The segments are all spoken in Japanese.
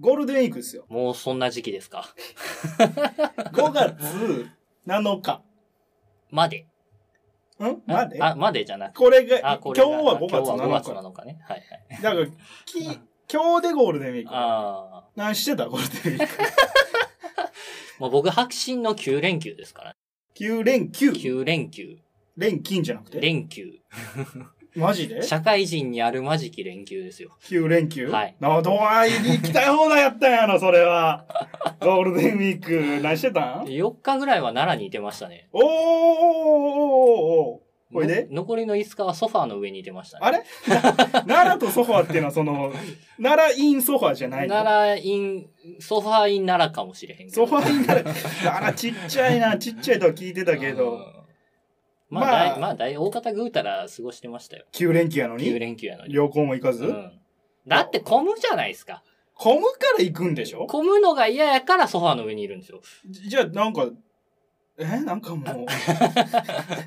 ゴールデンウィークです よ。もうそんな時期ですか。 5月7日。まで。んあまであ、までじゃなくて。これが、あ、今こ日れがは5月今日は7日。5月7日ね。はいはい。だから、き、今日でゴールデンウィーク。ああ。何してたゴールデンウィーク。もう僕、白真の9連休ですから。 9連休。 9連休。連勤じゃなくて。連休。マジで社会人にあるまじき連休ですよ。 ?9 連休はいなあ、どあいに行きたい放題やったんやろ、それ は。ゴールデンウィーク、何してたん4日ぐらいは奈良にいてましたね。おーおーおーおーおーほいでの残りの5日はソファーの上にいてましたね。あれ奈良とソファーっていうのはその、奈良インソファーじゃないの奈良イン、ソファーイン奈良かもしれへんけソど。ファーイン奈良。奈良ちっちゃいな、ちっちゃいとは聞いてたけうんど、。まあまあ、大まあ、大大方ぐうたら過ごしてましたよ。 9連休やの9に連休やのに。旅行も行かず、うん。だって混むじゃないですか。混むから行くんでしょ混むのが嫌やからソファーの上にいるんですよ。じじゃあ、なんか、えなんかも う、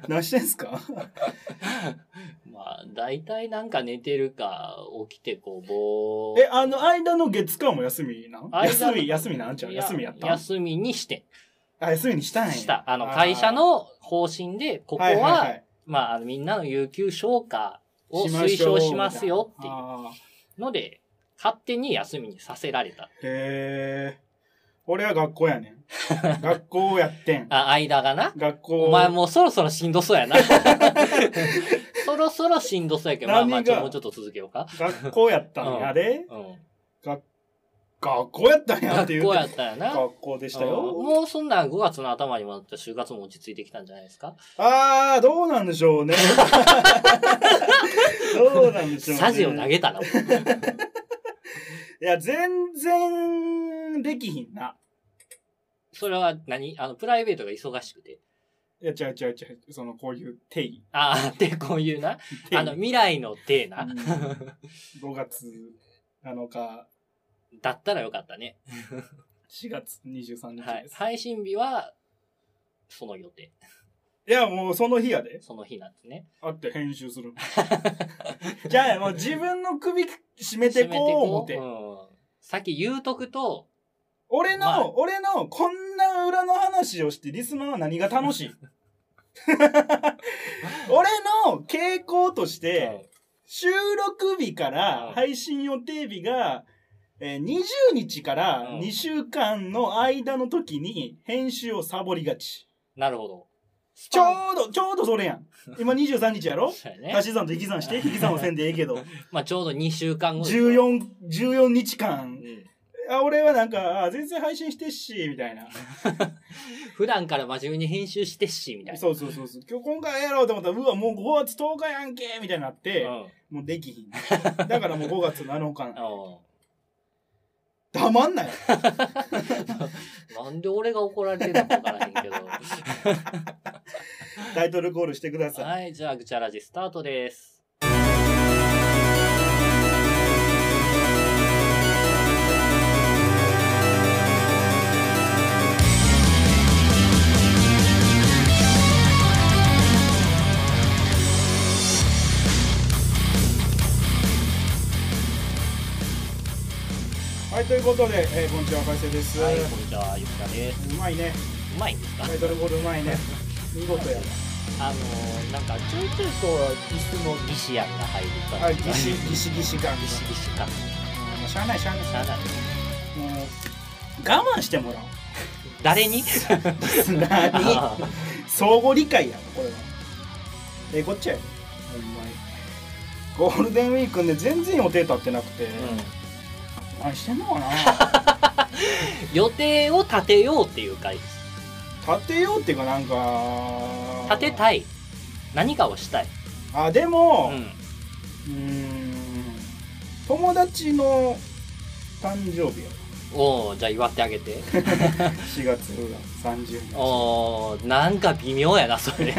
何してんすかまあ、大体なんか寝てるか、起きてこう、ぼー。え、あの、間の月間も休みなん間休み、休みなんちゃう休みやったん休みにして。あ、休みにしたんや。した。あの、ー会社、の方針で、ここいいは、いまああの、みんなの有給消化をしま推しょう奨しますよっていあーうので、勝手に休みにさせられた。へえ。俺は学校やねん。学校やってん。 あ、間がな。学校。お前もうそろそろしんどそ うやな。そろそろしんどそうやけど、まあまあ、何ちがょもうちょっと続けようか。学校やったんや。うんあれうん。学、学校やったんやって学いう。校やったよな。学校でしたうんよ。もうそんなん5月の頭にもなった就活も落ち着いてきたんじゃないですか。あー、どうなんでし ょうね。どうなんでしょうね。サジを投げたら、いや、全然、できひんな。 それは何あの、プライベートが忙しくて。いや、違う違う違う。その、こういう定義。ああ、ってこういうな。定義あの、未来の手な。 5月7日、だったらよかったね。 4月23日はいで。す。配信日は、その予定。いや、もうその日やで。その日なんですね。あって編集する。 じゃあ、もう自分の首絞めてこう思って。こううん。さっき言うとくと、俺の、まあ俺の、こんな裏の話をしてリスナーは何が楽し い俺の傾向として、収録日から配信予定日が、えー20日からうん2週間の間の時に編集をサボりがち。うんなるほど。スちょパンうど、ちょうどそれやん。今23日や ろそうやね足。し算と引き算して、引き算はせんでええけ ど。まあ、ちょうど2週間後ですよ。 14、14日う間。ん。あ、俺はなんか、あ全然配信してっし、みたいな。普段から真面目に編集してっし、みたいな。そうそうそうそう。今日今回やろうと思ったら、うわ、もう5月10日やんけみたいになって、うんもうできひん。だからもう5月7日な。うん。黙んない。なんで俺が怒られてるのかわからへんけど。タイトルコールしてください。はい、じゃあ、ぐちゃらじスタートです。はい、ということで、えーこんにちは、海星です、はい、こんにちは、ゆきかです。うまいね。うまいんですかタイトルコールうまいね。見事やわ。あのー、なんかちょいちょいこう、椅子のギシアンが入るから。はい、ギシ、ギシギシ感。ギシギシ感。もうしゃあない、しゃあない。しゃあないもう、我慢しても らおう。誰 に何あー相互理解やろこれはえこっちやよほんまにゴールデンウィークね全然予定立ってなくて、うん何してんのかな予定を立てようっていう回立てようっていうかなんか立ていたい。何かをしたい。あでうもん。うーん友達の誕生日やおー、じゃあ祝ってあげて。 4月30日おー、なんか微妙やな、そ れ。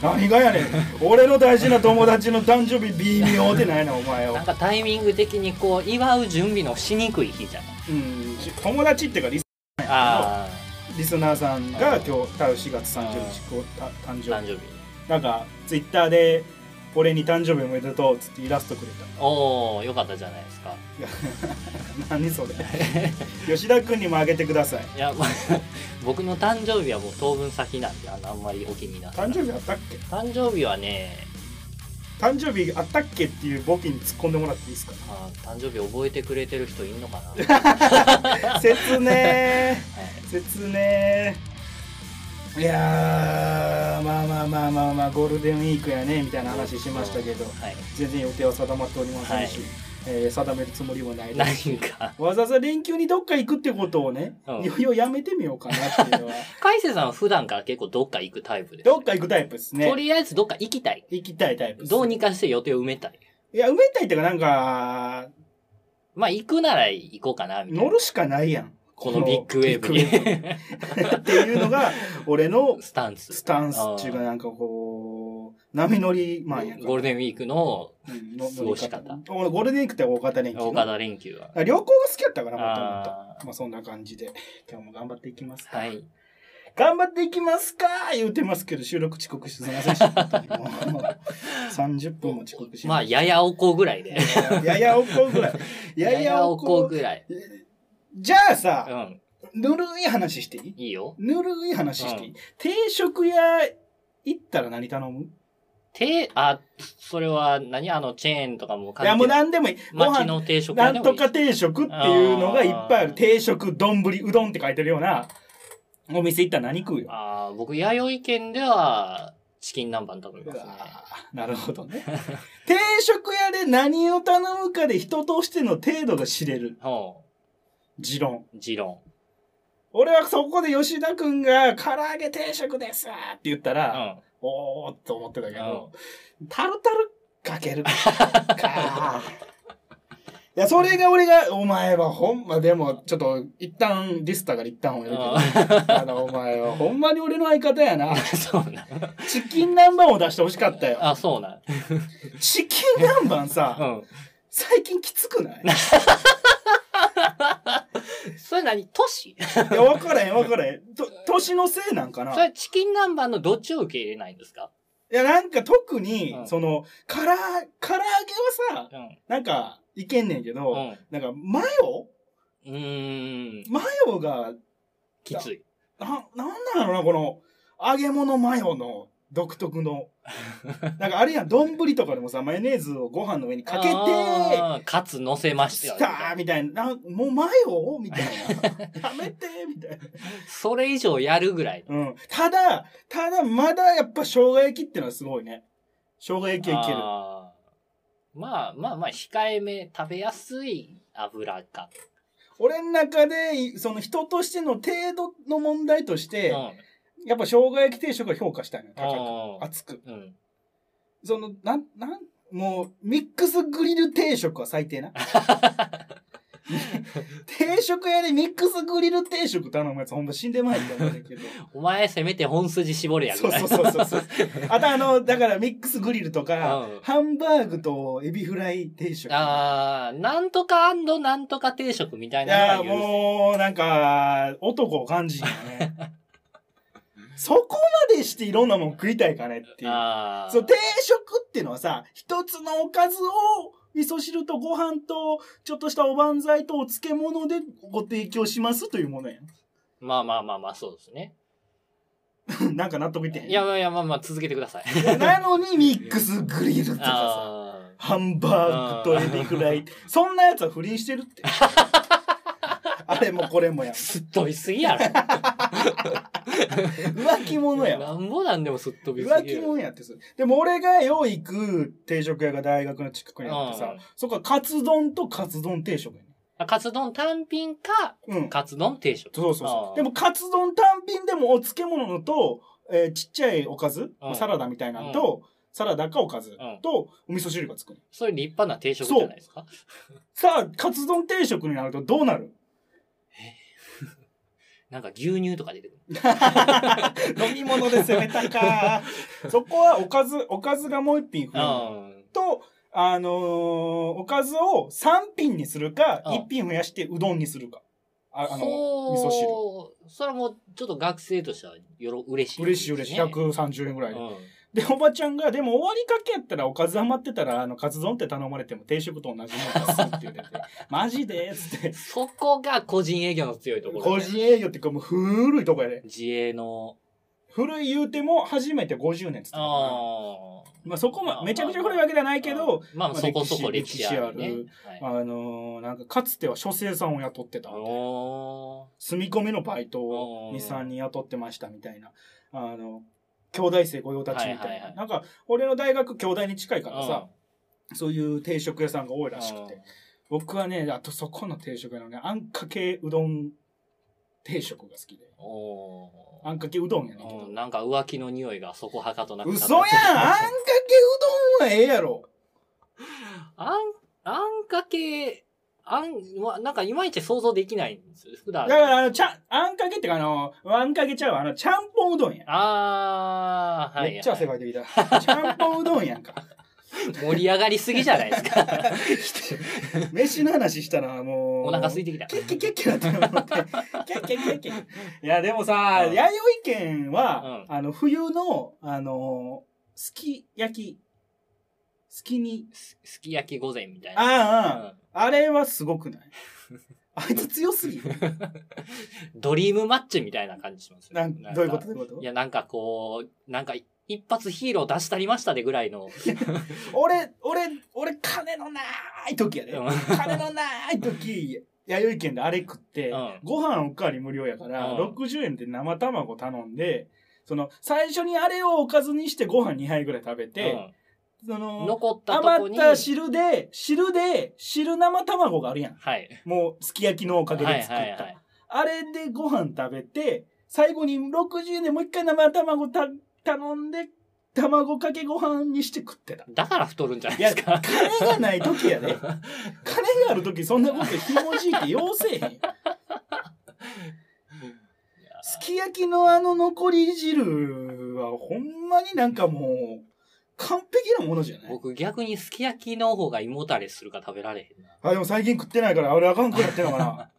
何がやねん俺の大事な友達の誕生日微妙ってないなお前をなんかタイミング的にこう、祝う準備のしにくい日じゃないうん友達っていうかリスあリスナーさんが今日多分4月30日こうた誕ー、誕生日生日。なんかツイッターで「俺に誕生日おめでとう」っつってイラストくれたおー、よかったじゃないですか。何 それ吉田君にもあげてくださいいや、 まあ、僕の誕生日はもう当分先なんで、あの、あんまりお気になさ誕い。生日あったっけ誕生日はね、誕生日あったっけっていうボケに突っ込んでもらっていい ですかあ誕生日覚えてくれてる人いん のかな、はい説明説明いやーまあまあまあまあまあゴールデンウィークやねみたいな話しましたけどはい。全然予定は定まっておりませんし、はいえー定めるつもりもないでなすいんか。わざわざ連休にどっか行くってことをね、うんいよいよやめてみようかなっていう のは海瀬さんは普段から結構どっか行くタイプです。どっか行くタイプですとねりあえずどっか行きたい。行きたいタイプですどうにかして予定を埋めたい。いや埋めたいっていうかなんかまあ行くなら行こうかな、みたい乗な。るしかないや んこのビッグウェーブビッグウェに。ーブっていうのが俺の スタンス。スタンスっていうかなんかこう波乗りマンやんかゴールデンウィークのうんの過ごし乗り方方俺ゴールデンウィークって大型連休大型連休は。旅行が好きやったからもともとあまあそんな感じで今日も頑張っていきますーか、はい。頑張っていきますか言うてますけど収録遅刻してすみませんでした 本当にもう30分も遅刻してまあ、ややおこぐらいで。ややおこぐらいや やややおおここぐらいぐらい。じゃあうさん。ぬるい話していいいいよ。ぬるい話していい、う定食屋行ったら何頼むて、あ、それは何あの、チェーンとかもいやもうな何でもいいご飯町の定食な屋でんもいといか定食っていうのがいっぱいああーる。定食、丼、うどんって書いてるような、お店行ったら何食うよ。ああ、僕、弥生県では、チキン南蛮食べますね。あーなるほどね。 定食屋で何を頼むかで人としての程度が知れる。ほ持論。う、持論。俺はそこで吉田くんが、唐揚げ定食ですって言ったうら、ん。おーっと思ってたけど、タルタルかけるか。 いや、それが俺が、お前はほんま、でも、ちょっと、一旦、ディスったから一旦俺あが。あの、お前はほんまに俺の相方やな。ー そうなん。チキン南蛮を出してほしかったよ。あ、そうなん。チキン南蛮うさ、最近きつくないいん。それ何都市や、わからへんわからへん。と、年のせいなんかなそれチキン南蛮のどっちを受け入れないんですかいや、なんか特にう、んその、から、唐揚げはさ、うん。なんか、いけんねんけうど、ん。なんか、マヨうーん。マヨが、きつい。な、なんなのな、この、揚げ物マヨの独特 の。なんかあれやん、丼とかでもさ、マヨネーズをご飯の上にかけて、あー、カツ乗せましたよスみタたいーなみたいな、なんもうマヨみたい な。やめてみたいな。それ以上やるぐらい。うん。ただ、ただ、まだやっぱ生姜焼きってのはすごいね。生姜焼きはいける。あーまあまあまあ、控えめ、食べやすい油か。俺の中で、いその人としての程度の問題としうて、ん。やっぱ生姜焼き定食は評価したいのよ。高く。う熱く。ん。うん。その、なん、なん、もう、ミックスグリル定食は最低 な。定食屋でミックスグリル定食頼むやつほんま死んでまいって思うんだけど。お前、せめて本筋絞れやそぐうらい。そうそうそうそう。あとあの、だからミックスグリルとか、うんハンバーグとエビフライ定食。 あー、なんとかなんとか定食みたいいなやのーが許せもう、なんか、男を感じるよね。 そこまでしていろんなもん食いたいかねっていう。あーそう、定食っていうのはさ、一つのおかずを、味噌汁とご飯と、ちょっとしたおばんざいとお漬物でご提供しますというものやまあまあまあまあ、そうですね。ん。 なんか納得いってへん。いやいやいや、まあまあ、続けて ください。なのにミックスグリルとかさ、あーハンバーグとエビフライ。そんなやつは不倫してるっ て。あれもこれもやん。すっ飛びすぎやろ。浮気者やん。なんぼなんでもすっ飛びす浮ぎ気る。もんやってそれでも俺がよう行く定食屋が大学の近くにあってさ、うんそこはカツ丼とカツ丼定食やねカツ丼単品か、うん。カツ丼定食。そうそうあそう。ーでもカツ丼単品でもお漬物のと、えーちっちゃいおかず、うんサラダみたいなのと、サラダかおかずんとお味噌汁がつくね。それ立派な定食じゃないですかさあ、カツ丼定食になるとどうなるなんか牛乳とか出てくる。 飲み物で攻めたか。そこはおかず、おかずがもう一品増える。うん。と、あのーおかずを3品にするか、うん1品増やしてうどんにするか。ああの、味噌そう、それはもうちょっと学生としてはよろ嬉しい、嬉しい嬉しい。ね130円ぐらいで。うんで、おばちゃんが、でも終わりかけやったらおかず余ってたら、あの、カツ丼って頼まれても定食と同じもんですって言われて、 マジでっつって。そこが個人営業の強いところ、個ね。人営業っていうかもう古いとこやで。自営の。古い言うても初めて50年っつってたからああ。まあそこもめちゃくちゃ古いわけではないけど、まあ、まあそこそこ歴史あるね。歴はい、あのーなんかかつては書生さんを雇ってた。お住み込みのバイトをうん2、3人雇ってましたみたいな。あの、兄弟生御用達みたいな。はいはいはいなんか、俺の大学兄弟に近いーからさ、、そういう定食屋さんが多いうんらしくて。。僕はね、あとそこの定食屋のね、あんかけうどん定食が好きで。おおあんかけうどんやねんけー。どうん。なんか浮気の匂いがそこはかとなく嘘やんあんかけうどんはええやろあん、あんかけ、あん、ま、なんかいまいち想像できないんですよ。普段。だから、あの、ちゃん、あんかけってか、あの、あんかけちゃうわあの、ちゃんぽんうどんや。あー、はい、はい。めっちゃ汗かいてきた。ちゃんぽんうどんやんか。盛り上がりすぎじゃないで すか。飯の話したら、もう。お腹空いて。てきた。キッキッキッキッなって思って。キャッキャッキャッキャッ。いや、でもさ、うん弥生県は、あの、冬の、あの、すき焼き、すきに、すすき焼き御膳みたいな。ああ、あれはすごくないあいつ強すぎる。うんドリームマッチみたいな感じしますよなんなんかどういうことどういうこといや、なんかこう、なんか一発ヒーロー出したりましたでぐら いの。俺、俺、俺、金のない時やで。うん金のない時、弥生県であれ食って、うんご飯おかわり無料やから、うん60円で生卵頼んで、その、最初にあれをおかずにしてご飯2杯ぐらい食べて、そうんの、残ったとこ余っに。た汁で、汁で、汁生卵があるやん。はい。もう、すき焼きのおかげで作った。はいはいはい。あれでご飯食べて、最後に60円でもう一回生卵た頼んで、卵かけご飯にして食ってた。だから太るんじゃないいでや、すか金。がない時やで。金がある時そんなことひもじいて要せえへん。すき焼きのあの残り汁はほんまになんかもう完璧なものじゃない僕逆にすき焼きの方が胃もたれするから食べられへんな。あ、でも最近食ってないからあれあかんくなってんのか な。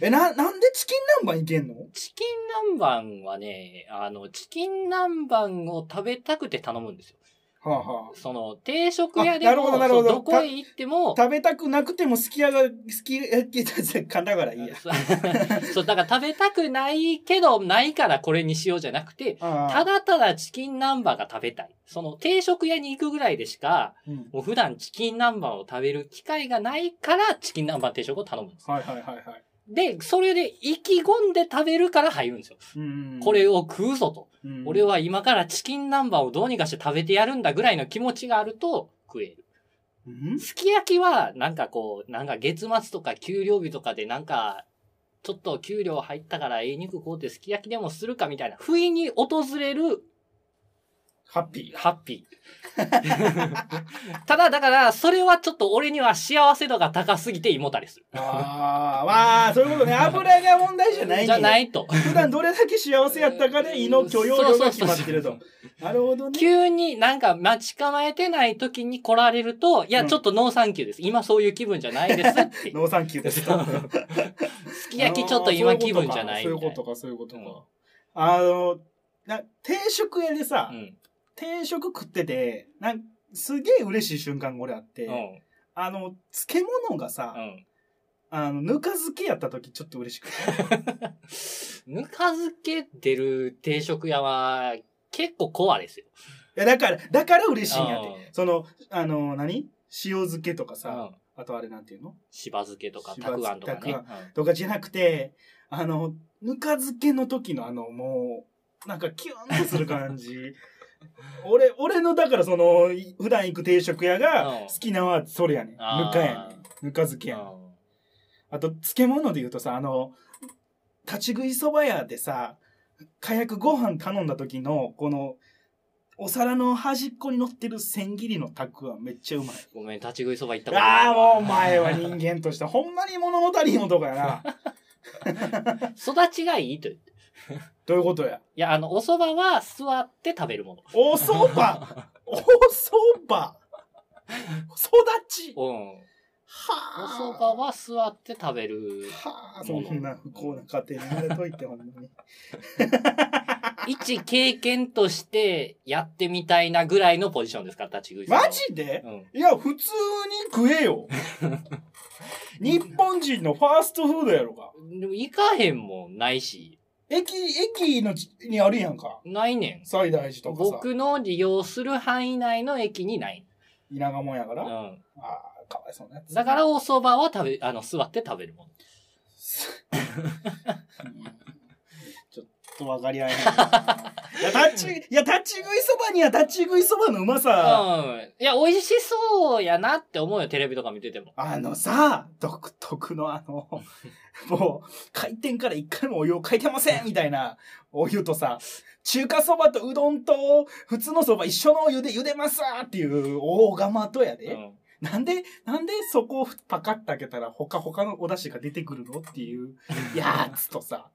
え、な、なんでチキン南蛮いけんのチキン南蛮はね、あの、チキン南蛮を食べたくて頼むんですよ。はあはその、定食屋であなるほも、どなるそほうどどこへ行ってもあ、、食べたくなくてもすき焼が、すき焼きだかだからいいや。そう、 だから食べたくないけど、ないからこれにしようじゃなくて、たああ、だただチキン南蛮が食べたい。その定食屋に行くぐらいでしか、うん。もう普段チキン南蛮を食べる機会がないから、チキン南蛮定食を頼むんです。はいはいはいはい。で、それで意気込んで食べるから入るんですよ。うんこれ、を食うぞと。うん俺。は今からチキン南蛮をどうにかして食べてやるんだぐらいの気持ちがあると食える。うんすき焼きは、なんかこう、なんか月末とか給料日とかでなんか、ちょっと給料入ったからええ肉買うてすき焼きでもするかみたいな、不意に訪れるハッピー。ハッ ピー。ただだから、それはちょっと俺には幸せ度が高すぎて胃もたれする。ああ、わあ、そういうことね。油が問題じゃないんじゃやないと。普段どれだけ幸せやったかで胃の許容量が決まってるそとう。なるほどね。急になんか待ち構えてない時に来られると、いや、うんちょっとノーサンキューです。今そういう気分じゃないですって。ノーサンキューです。そうすき焼きちょっと今気分じゃないそういうみたいこな。とか、そういうことうか。あの、な定食屋でさう、ん。定食食ってて、なんすげえ嬉しい瞬間が俺あっうて、ん。あの、漬物がうさ、ん。あの、ぬか漬けやった時ちょっと嬉しくて。 ぬか漬け出る定食屋は結構コアですよ。いや、だから、だから嬉しいんやっうんて。その、あの、何塩漬けとかうさ、ん。あとあれなんていうのしば漬けとかしたばく漬あんとかね。たとかじゃなくて、あの、ぬか漬けの時のあの、もう、なんかキュンとする感 じ。俺、俺の、だからその、い普段行く定食屋うがん好きなのはそれやねん。ぬあーかやねん。ぬか漬けやねん。うんあと、漬物で言うとさ、あの、立ち食いそば屋でさ、かやくご飯頼んだ時の、この、お皿の端っこに乗ってる千切りのたくあんめっちゃうまい。ごめん、立ち食いそば行ったことないああ、もうお前は人間として、ほんまに物の足りん男やな。育ちがいいと言って。いどういうことや。や、あの、お蕎麦は座って食べるもの。おそばおそば育ちうん。はお蕎麦は座って食べる。はあ、そんな不幸な家庭に生まれといて、ほんまに。一経験としてやってみたいなぐらいのポジションですか、立ち食いそば はマジでうん。いや、普通に食え よ。日本人のファーストフードやろか。でも行かへんもんないし、駅、駅のちにあるやんか。ないね西大寺ん。とかさ。僕の利用する範囲内の駅にない。田舎もんやかうら。あん。あ、かわいそうなやつ。だからお蕎麦は食べ、あの、座って食べるもん。うんちょっと分かり合えないな。いや、立ち、いや、立ち食いそばには立ち食いそばのうまさ、うん。いや、美味しそうやなって思うよ、テレビとか見てても。あのさ、独特のあ の、もう、開店から一回もお湯をかいてませんみたいなお湯とさ、中華そばとうどんと普通のそば一緒のお湯で茹でますわっていう大釜とやうで。ん。なんで、なんでそこをパカッと開けたらほかほかのお出汁が出てくるのっていうやつとさ、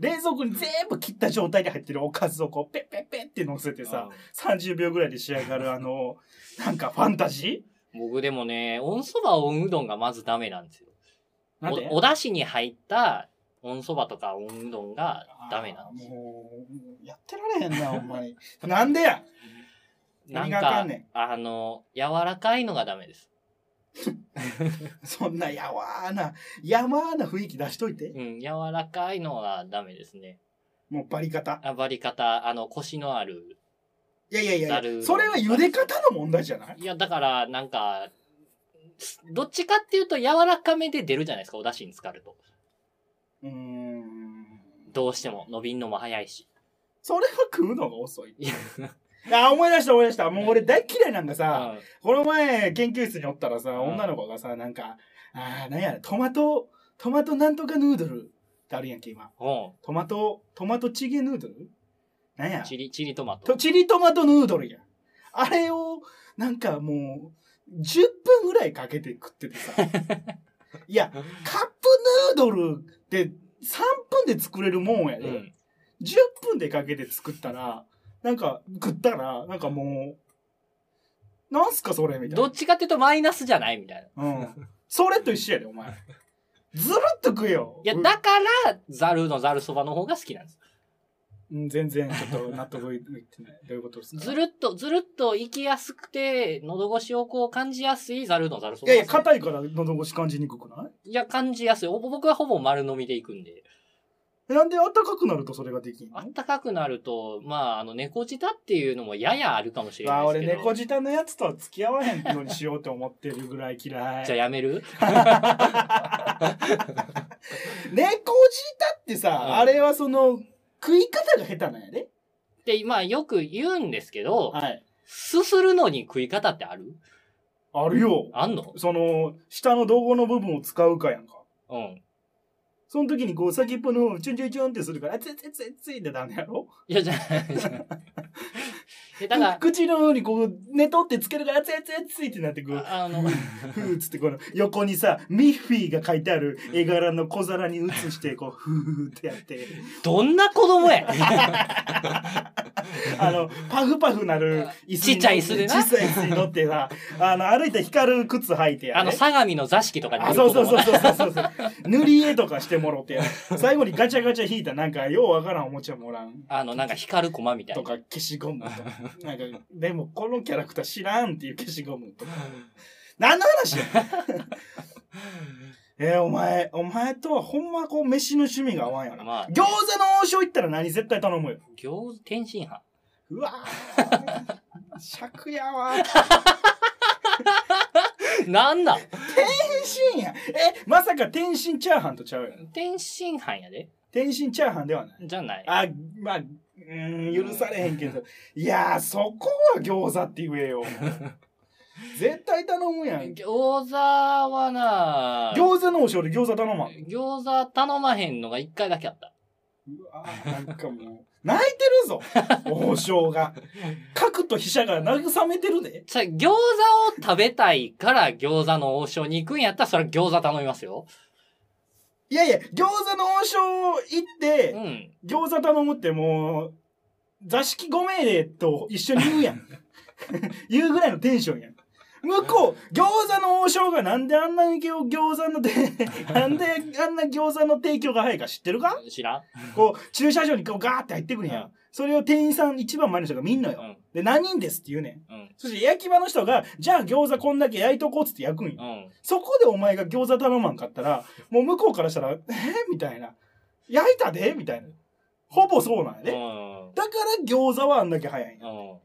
冷蔵庫に全部切った状態で入ってるおかずをこう、ペッペッペッって乗せてさ、30秒ぐらいで仕上がるあの、なんかファンタジうん僕でもね、温蕎麦、温うどんがまずダメなんですよ。ーなんでおお出汁に入った温蕎麦とか温うどんがダメなんですよ。もう、やってられへんな、ほんまに。 なんでやな何んがあかかんねん、あの、柔らかいのがダメです。そんなやわーな、やわーな雰囲気出しといて。うん、柔らかいのはダメですね。もうバリ方。あバリ方、あの、腰のある。いやいやいやなるそれは茹で方の問題じゃないいや、だから、なんか、すどっちかっていうと柔らかめで出るじゃないですか、お出汁に浸かると。うーん。どうしても、伸びんのも早いし。それは食うのが遅い。いやあ、思い出した思い出した。もう俺大嫌いなんかうさ、んこの前研究室におったらさ、うん女の子がさ、なんか、あーなんや、トマト、トマトなんとかヌードルってあるやんけ、今。うトマト、トマトチゲヌードルなんやん。チリ、チリトマトと。チリトマトヌードルや。あれを、なんかもう、10分ぐらいかけて食ってて さ。いや、カップヌードルって3分で作れるもんやうで。ん。 10分でかけて作ったら、なんか、食ったら、なんかもう、なんすかそれみたいどなっ。ちかっていうとマイナスじゃないみたいな。いうん。それと一緒やで、お前。ずるっと食えよ。や、うんだから、ザルのザルそばの方が好きなんです。うん、全然、ちょっと納得いってない。どういうことですかずるっと、ずるっと行きやすくて、喉越しをこう感じやすいザルのザルそいやば。いや、硬いから喉越し感じにくくないや、感じやすい。ほぼ僕はほぼ丸飲みで行くんで。いなんで暖かくなるとそれができんあのったかくなると、まあ、あの、猫舌っていうのもややあるかもしれまなあ、い俺、ですけど。猫舌のやつとは付き合わへんようにしようと思ってるぐらい嫌い。じゃあやめる猫舌ってうんさ、あれはその、食い方が下手なんやで。で、まあ、よく言うんですけど、はい。すするのに食い方ってあるあるよ。あんのその、下の道後の部分を使うかやんか。うん。その時にこう先っぽの方をチュンチュンチュンってするから、あついついついついってダメやろいや、じゃあ、じゃあえだか口の方にこう、寝取ってつけるから、あついついついってなってくる。ら、ああの、ふーっつってこの横にさ、ミッフィーが書いてある絵柄の小皿に移して、こう、ふーってやって、どんな子供やあの、パフパフなる椅子に乗てちっちゃい椅子でなちっちゃい椅子に乗って さ、あの、歩いた光る靴履いてやねあの、相模の座敷とかにあ、いるそう子そう供そうなそうそうそう。塗り絵とかしてもろて、 最後にガチャガチャ引いたなんか、ようわからんおもちゃもらん。あの、なんか光る駒みたいとな。か消しゴムとか。なんか、でもこのキャラクター知らんっていう消しゴムとか。何の話や えーお前、お前とはほんまこう飯の趣味が合わんよな。まあ餃子の王将行ったら何絶対頼むよ。行天津飯。うわ ぁ。尺やわ。なんだ天津や。え、まさか天津チャーハンとちゃうよな。天津飯やで天津チャーハンではない。じゃない。あ、まあ、うーん、許されへんけど。いやー、そこは餃子って言え よ。絶対頼むやん。餃子はな餃子のお将で餃子頼まん。餃子頼まへんのが一回だけあった。うわーなんかもう、泣いてるぞ王将 が。核と飛車が慰めてるで。じゃあ餃子を食べたいから餃子の王将に行くんやったら、それは餃子頼みますよ。いやいや、餃子の王将行っうて、ん。餃子頼むってもう、座敷5名でと一緒に言うやん。言うぐらいのテンションやん。向こう、餃子の王将がなんであんなに餃子ので、なんであんな餃子の提供が早いか知ってるか知らんこう、駐車場にこうガーって入ってくるんやん。それを店員さん一番前の人が見んのうよ。ん。で、何人ですって言うねん。うん。そして焼き場の人が、じゃあ餃子こんだけ焼いとこうっつって焼くんうよ。ん。そこでお前が餃子頼まんかったら、もう向こうからしたら、えみたいな。焼いたでみたいな。ほぼそうなんやうで。ん。だから餃子はあんだけ早いんや。うん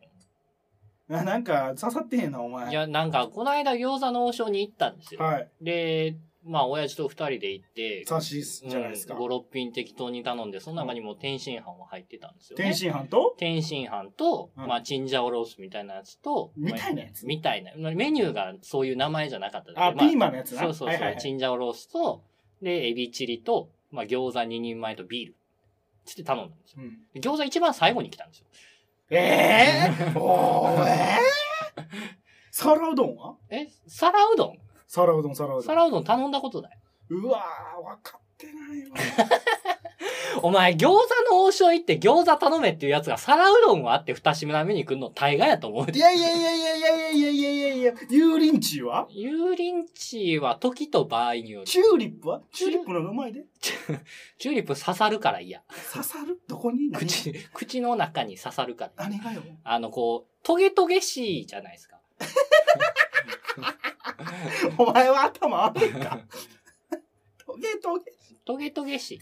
あなんか刺さってへんな、お前。いや、なんか、この間餃子の王将に行ったんですよ。はい。で、まあ、親父と二人で行って、刺しっすじゃないですかうん、。5、6品適当に頼んで、その中にも天津飯も入ってたんですよ、ね。天津飯と天津飯と、うんまあ、チンジャオロースみたいなやつと、みたいなやつみたいな。まあメニューがそういう名前じゃなかっただけあ、まあピーマンのやつな。そうそうそう、はいはいはいチンジャオロースと、で、エビチリと、まあ、餃子2人前とビール。つって頼んだんですよ。うんで餃子一番最後に来たんですよ。えー、おーえー皿うどんはえ、皿うどん皿うどん、皿うどん。皿うどん頼んだことない。うわー、分かってないわ。お前、餃子の王将行って餃子頼めっていうやつが皿うどんはあって二品目に来るの大概やと思う。いやいやいやいやいやいやいやいやいやいや、油淋鶏は油淋鶏は時と場合による。チューリップはチューリップの方がうまいで。チューリップ刺さるから嫌。刺さるどこに何口、口の中に刺さるから嫌。何がよ。あの、こう、トゲトゲしいじゃないですか。お前は頭悪いか。トゲトゲ。トゲトゲしい。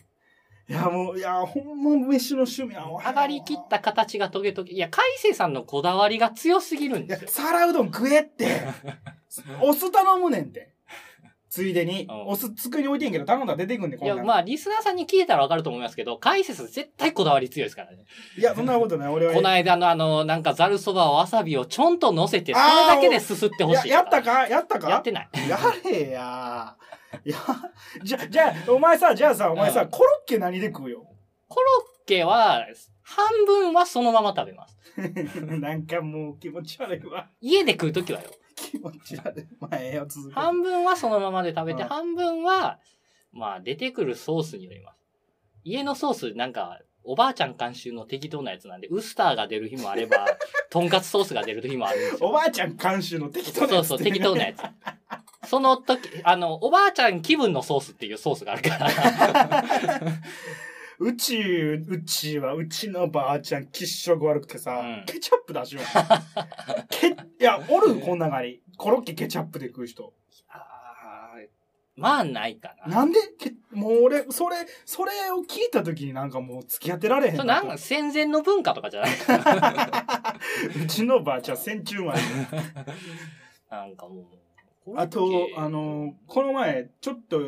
いやもう、いや、ほんま飯の趣味は。上がりきった形がトゲトゲ。いや、海星さんのこだわりが強すぎるんいでやす、よ。皿うどん食えって。お酢頼むねんて。ついでにうん。お酢机に置いてんけど頼んだら出てくんねん、こいんなや、んまあ、リスナーさんに聞いたらわかると思いますけど、海星さん絶対こだわり強いですからね。いや、そんなことない。俺は。この間のあの、なんかざるそばをわさびをちょんと乗せて、それだけですすってほしいや、やったかかやったらかやってない。やれや。いや、じゃ、じゃあ、お前さ、じゃあさ、お前さ、うんコロッケ何で食うよ。 コロッケは、半分はそのまま食べます。なんかもう気持ち悪いわ。家で食うときはよ。気持ち悪い。まあ、ええよ、続けて。半分はそのままで食べて、うん半分は、まあ、出てくるソースによります。家のソース、なんか、おばあちゃん監修の適当なやつなんで、ウスターが出る日もあれ ば、とんかつソースが出る日もあるんですおよ。ばあちゃん監修の適当なそうやつそっう、てね適当なやつ。その時、あの、おばあちゃん気分のソースっていうソースがあるから。うち、うちは、うちのばあちゃん、気色悪くてさ、うんケチャップ出 しよう。け、いや、おる、こんながり。コロッケケチャップで食う人。あーまあ、ないかな。なんでけもう俺、それ、それを聞いた時になんかもう付き合ってられへんそなれとなんか戦前の文化とかじゃない うちのばあちゃん、戦中 前。なんかもう。あと、あの、この前、ちょっと、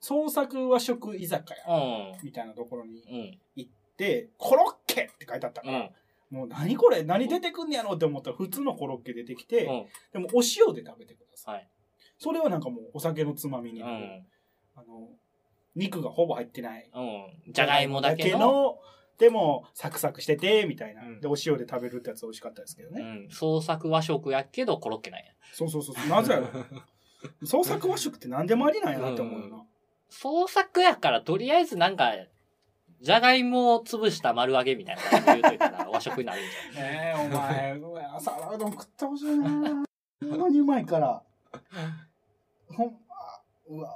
創作和食居酒屋の、みたいなところにうん、うん、で、コロッケって書いてあったかうら、ん、もう何これ何出てくんねやろうって思ったら普通のコロッケ出てきて、うん、でもお塩で食べてください。はいそれはなんかもうお酒のつまみにうなる、ん。あの、肉がほぼ入ってない。うん。じゃがいもだけの。でも、サクサクしてて、みたいな、うんで、お塩で食べるってやつ美味しかったですけどうね。ん。創作和食やけどコロッケなんや。そうそうそうそう。なぜやろ創作和食って何でもありなんやなって思うよな。創作やからとりあえずなんか、じゃがいもを潰した丸揚げみたいな感じで言うといたら和食になるんじねえ、お前、うわ皿うどん食ってほしいな。ほんまにうまいから。ほんま、うわ、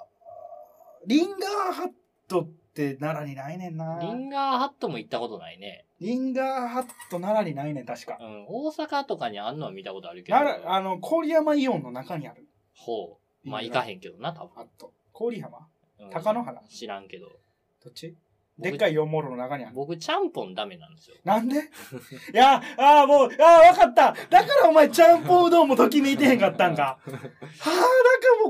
リンガーハットって奈良にないねんゃなない。 リンガーハットも行ったことないね。リンガーハット奈良にないねん、確かう。ん。大阪とかにあんのは見たことあるけど。奈良、あの、郡山イオンの中にある。ほう。まあ行かへんけどな、多ハッ分。ト。郡山うん貴乃花知らんけど。どっち僕でっかい四モロの中にある。僕、ちゃんぽんダメなんですよ。なんで いや、ああ、もう、ああ、わかった。だからお前、ちゃんぽんうどんもときめいてへんかったん か。はあ、なんか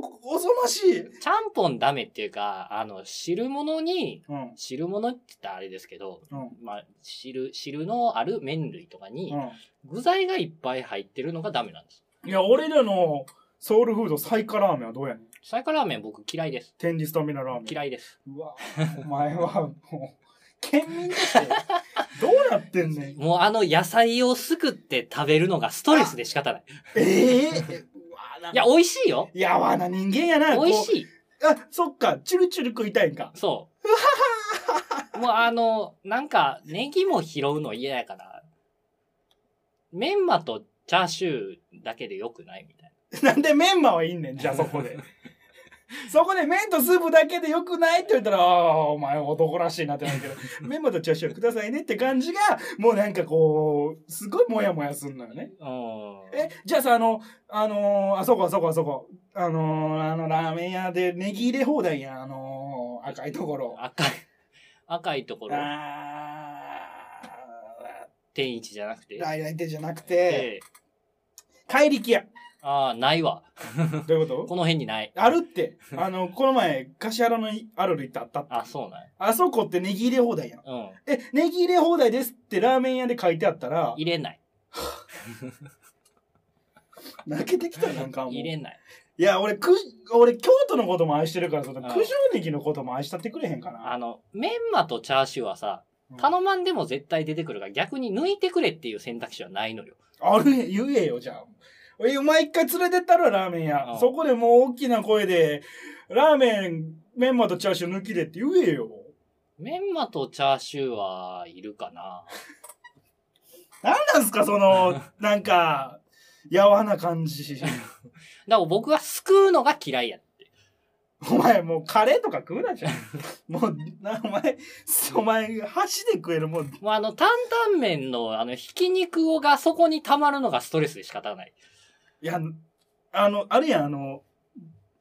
もう、おぞましい。ちゃんぽんダメっていうか、あの、汁物に、うん、汁物って言ったらあれですけど、うん、まあ、汁、汁のある麺類とかに、うん。具材がいっぱい入ってるのがダメなんです。いや、俺らのソウルフード、サイカラーメンはどうやねん。サイカラーメン僕嫌いです。天理スタミナラーメン。嫌いです。うわ、お前はもう、県民として、どうなってんねん。もうあの野菜をすくって食べるのがストレスで仕方ない。ええうわ、なんいや、美味しいよ。やわな人間やな。美味い。しい。あ、そっか、チュルチュル食いたいんか。 そう。もうあの、なんか、ネギも拾うの嫌やから、メンマとチャーシューだけでよくないみたいなんでメンマはいんねん、じゃあそこで。 そこで麺とスープだけでよくないって言ったら、ああ、お前男らしいなってなるけど、 メンマとチャーシューくださいねって感じが、もうなんかこう、すごいモヤモヤすんのよね。うん。え、じゃあさ、あの、あのーあそこあそこあそこ、あのーあの、ラーメン屋でネギ入れ放題やん、あのー赤いところ。赤い、赤いところ、あ天一じゃなくてー、。来来店じゃなくて、ええ怪力 屋。ああ、ないわ。どういうこことの辺にない。ある って、あの、この前、橿原のアルル行ったあったって。あ、そうなんやあそこってネギ入れ放題やん。うん。え、ネギ入れ放題ですってラーメン屋で書いてあったら、入れない。泣けてきたなんかもう。入いれない。や、俺、く、俺、京都のことも愛してるから、その、うん九条ネギのことも愛したってくれへんかな。あの、メンマとチャーシューはさ、頼まんでも絶対出てくるから逆に抜いてくれっていう選択肢はないのよ。あるね、言えよ、じゃあ。え、お前一回連れてったらラーメン屋。うんそこでもう大きな声で、ラーメン、メンマとチャーシュー抜きでって言えよ。メンマとチャーシューはいるかな。なんなんすか、そ の、なんか、やわな感じ。だから僕は救うのが嫌いや。お前もうカレーとか食うなじゃん。もう、な、お前、お前、箸で食えるもん。もうあの、担々麺のあの、ひき肉をがそこに溜まるのがストレスで仕方ない。いや、あの、あれやん、あの、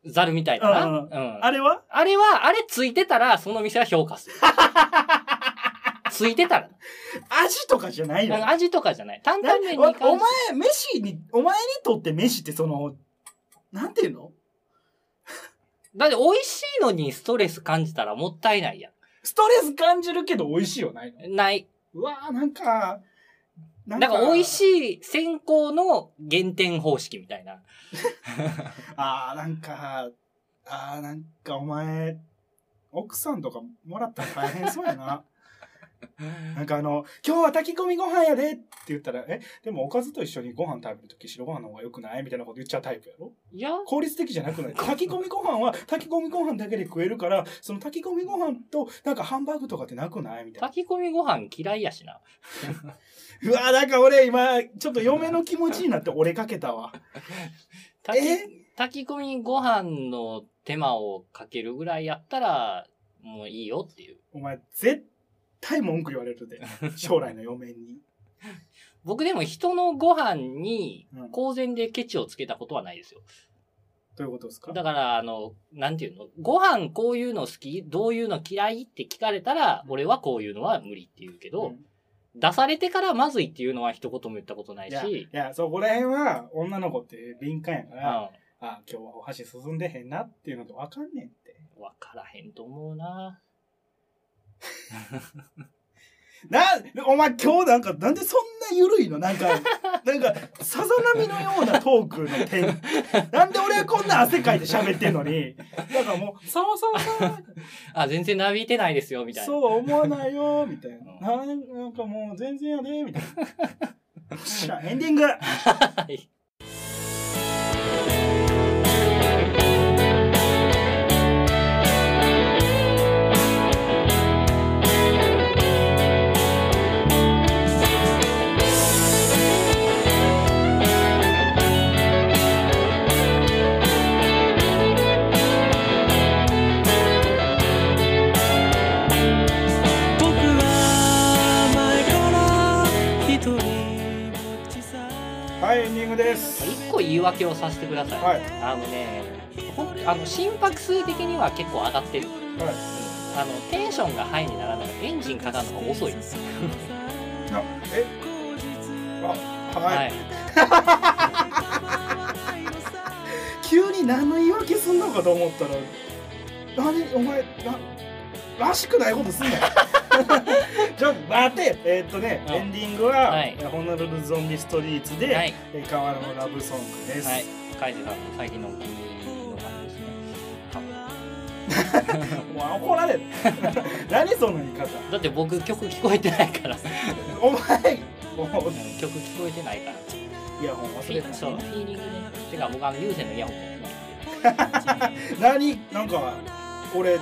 ザルみたいだな。うんうん。あれはあれは、あれついてたら、その店は評 価する。ついてたら。味とかじゃないなのんか味とかじゃない。担な々麺に関しておお前、飯に、お前にとって飯ってその、なんていうのだって美味しいのにストレス感じたらもったいないやストレス感じるけど美味しいよないのん。ない。うわーなんか、ななんか美味しい。い先行の減点方式みたいな。あーなんか、あーなんかお前、奥さんとかもらったら大変そうやな。なんかあの、今日は炊き込みご飯やでって言ったら、え、でもおかずと一緒にご飯食べるとき白ご飯の方が良くないみたいなこと言っちゃうタイプやろいや、効率的じゃなくない炊き込みご飯は炊き込みご飯だけで食えるから、その炊き込みご飯となんかハンバーグとかってなくないみたいな。炊き込みご飯嫌いやしな。うわ、なんか俺今、ちょっと嫁の気持ちになって俺かけたわ。炊きえ炊き込みご飯の手間をかけるぐらいやったら、もういいよっていう。お前絶対文句言われるで。将来の嫁に。僕でも人のご飯にうん公然でケチをつけたことはないですよ。どういうことですかだから、あの、なんていうのご飯こういうの好きどういうの嫌いって聞かれたら、俺はこういうのは無理って言うけうど、ん出されてからまずいっていうのは一言も言ったことないいや、いし、や、そこら辺は女の子って敏感やかうん。ら、わあ、今日はお箸進んでへんなっていうのでわかんねんって。からへんと思うなな、お前今日なんか、なんでそんな緩いのなん か、なんか、さざ波のようなトークの点。なんで俺はこんな汗かいて喋ってんのに。なんかもう、さわさわさわ、あ、全然なびいてないですよ、みたいな。そう思わないよ、みたいな。なんなんかもう全然やで、みたいな。よっしゃエンディングい僕は前から一人ぼっちさはい、エンディングです。一個言い訳をさせてください。はい、あのね、ほんあの心拍数的には結構上がってる。はい。あのテンションがハイにならない。エンジンかかるのが遅 い。あ、えあ、はい。はい。急に何の言い訳すんのかと思ったら何お前ららしくないことすんな よちょっと待てえーっとねうんエンディングは、はいホノルルゾンビストリーツで、はい。えー河原のラブソングです、はい。カイジさんの最近のお気に入りの感じですね。もう怒られる 何その言い方だって僕曲聞こえてないから。うんお前も曲聞こえてないから。うイヤホン忘れたそう、フィーリングで。てか僕あの有線のイヤホン持ってない何なんか俺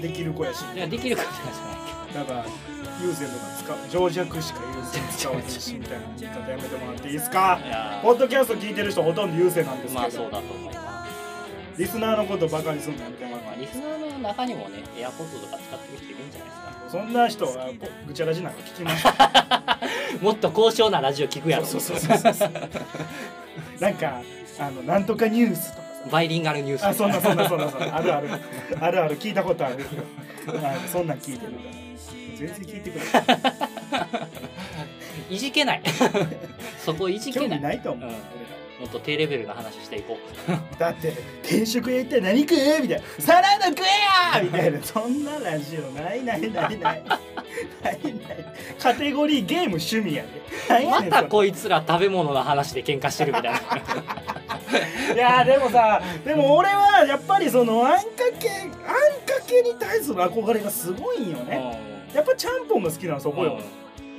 できる子やしいやできることじゃないけなんか優先とか使う情弱しか優先使わないしみたいな言い方やめてもらっていいですかいやポッドキャスト聞いてる人ほとんど優先なんですけど、まあそうだと思います。リスナーのことバカにするのやめてもらっまあていいリスナーの中にもね、エアポッドとか使ってる人いるんじゃないですか。そんな人はこうぐちゃらじなんか聞きましょう もっと高尚なラジオ聞くやろ。そうそうそうそうそうなんかあのなんとかニュースとかさバイリンガルニュース。あそんなそんなそんなそんなあるあるあるある聞いたことあるよあそんなん聞いてるから全 然聞いてくれないいじけない。 そこいじ興けな味い。ないと思う、うん俺もっと低レベルな話していこらだって定食屋行って何食うみたいなサラダ食えやみたいなそんなラジオないないないないないないカテゴリーゲーム趣味やで、う。ね、またこいいつら食べ物の話で喧嘩してるみたいな。いやでもさでも俺はやっぱりそのあんかけあんかけに対する憧れがすごいんよ ね、うやっぱちゃんぽんが好きなのそんこよ、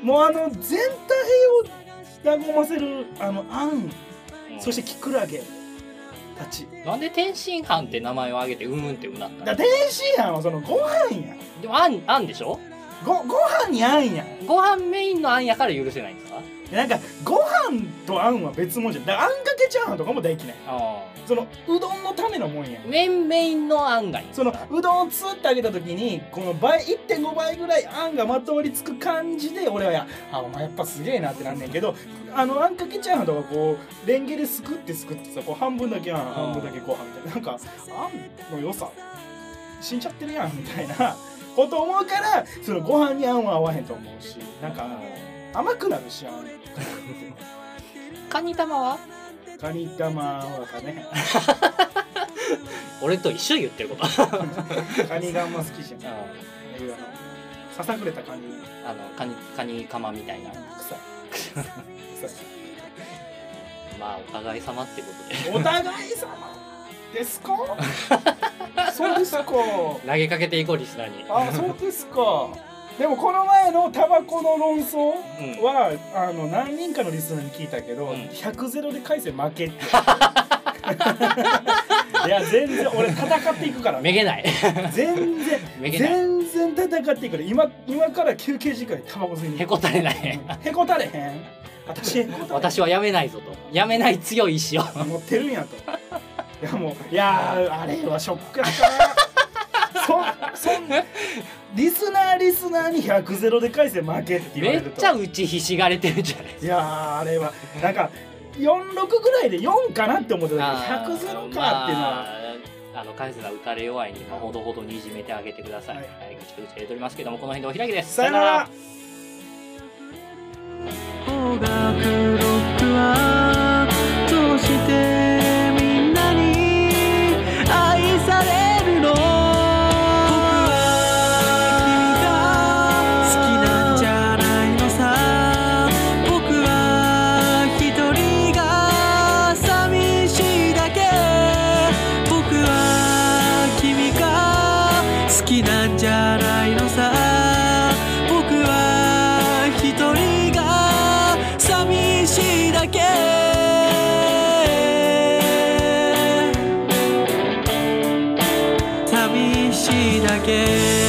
もうあの全体を和ませるあのあんうんそしてキクラゲたちなんで天津飯って名前を挙げてうんうんってうなっただの天津飯はそのご飯やでもあん、あんでしょごご飯にあんやご飯メインのあんやから許せないんですかなんかご飯とあんは別物じゃんだからあんかけチャーハンとかもできないそのうどんのためのもんや麺メインのあんがいいんですそかのうどんをつってあげた時にこの倍1.5倍ぐらいあんがまとわりつく感じで俺はやあお前やっぱすげえなってなんねんけどあのあんかけチャーハンとかこうレンゲですくってすくってさこう半分だけあん半分だけご飯みたいななんかあんの良さ死んじゃってるやんみたいなこと思うからそのご飯にあんは合わへんと思うしなんか甘くなるしあんカニ玉はカニ玉はかね俺と一緒言ってる こと。カニがあんま好きじゃないあささくれたカニの、カニ、カニカマみたいな。臭い臭いまあ、お互い様ってことで。お互い様ですかそうですか投げかけていこう、リスナーに。あそうですかでもこの前のタバコの論争うんは、あの何人かのリスナーに聞いたけど、うん100ゼロで回戦負けって いや全然俺戦っていくからめげ ない。全然めげない。全然戦っていくから今今から休憩時間にタバコ吸いにへ行こくたれない。へこたれへん私へこたれへん私はやめないぞと。やめない強い意志を。持ってるんやと。いやもういやーあれはショックやったな。そそんリスナーリスナーに100ゼロで返せ負けって 言わめれるっと。ちゃうちひしがれてるじゃないいやーあれはなんか46ぐらいで4かなって思ってたけど100ゼロかっていうのは。まああの返せば打たれ弱いに、まあ、ほどほどにいじめてあげてください。ははいい、ぐちぐち入れておりますけども、この辺でお開きです。さよなら。邦楽ロックはどうしてみんなに愛されるの僕は君が好きなんじゃないのさ僕は一人が寂しいだけ僕は君が好きなんじゃないのさ僕は一人が寂しいだけ寂しいだけ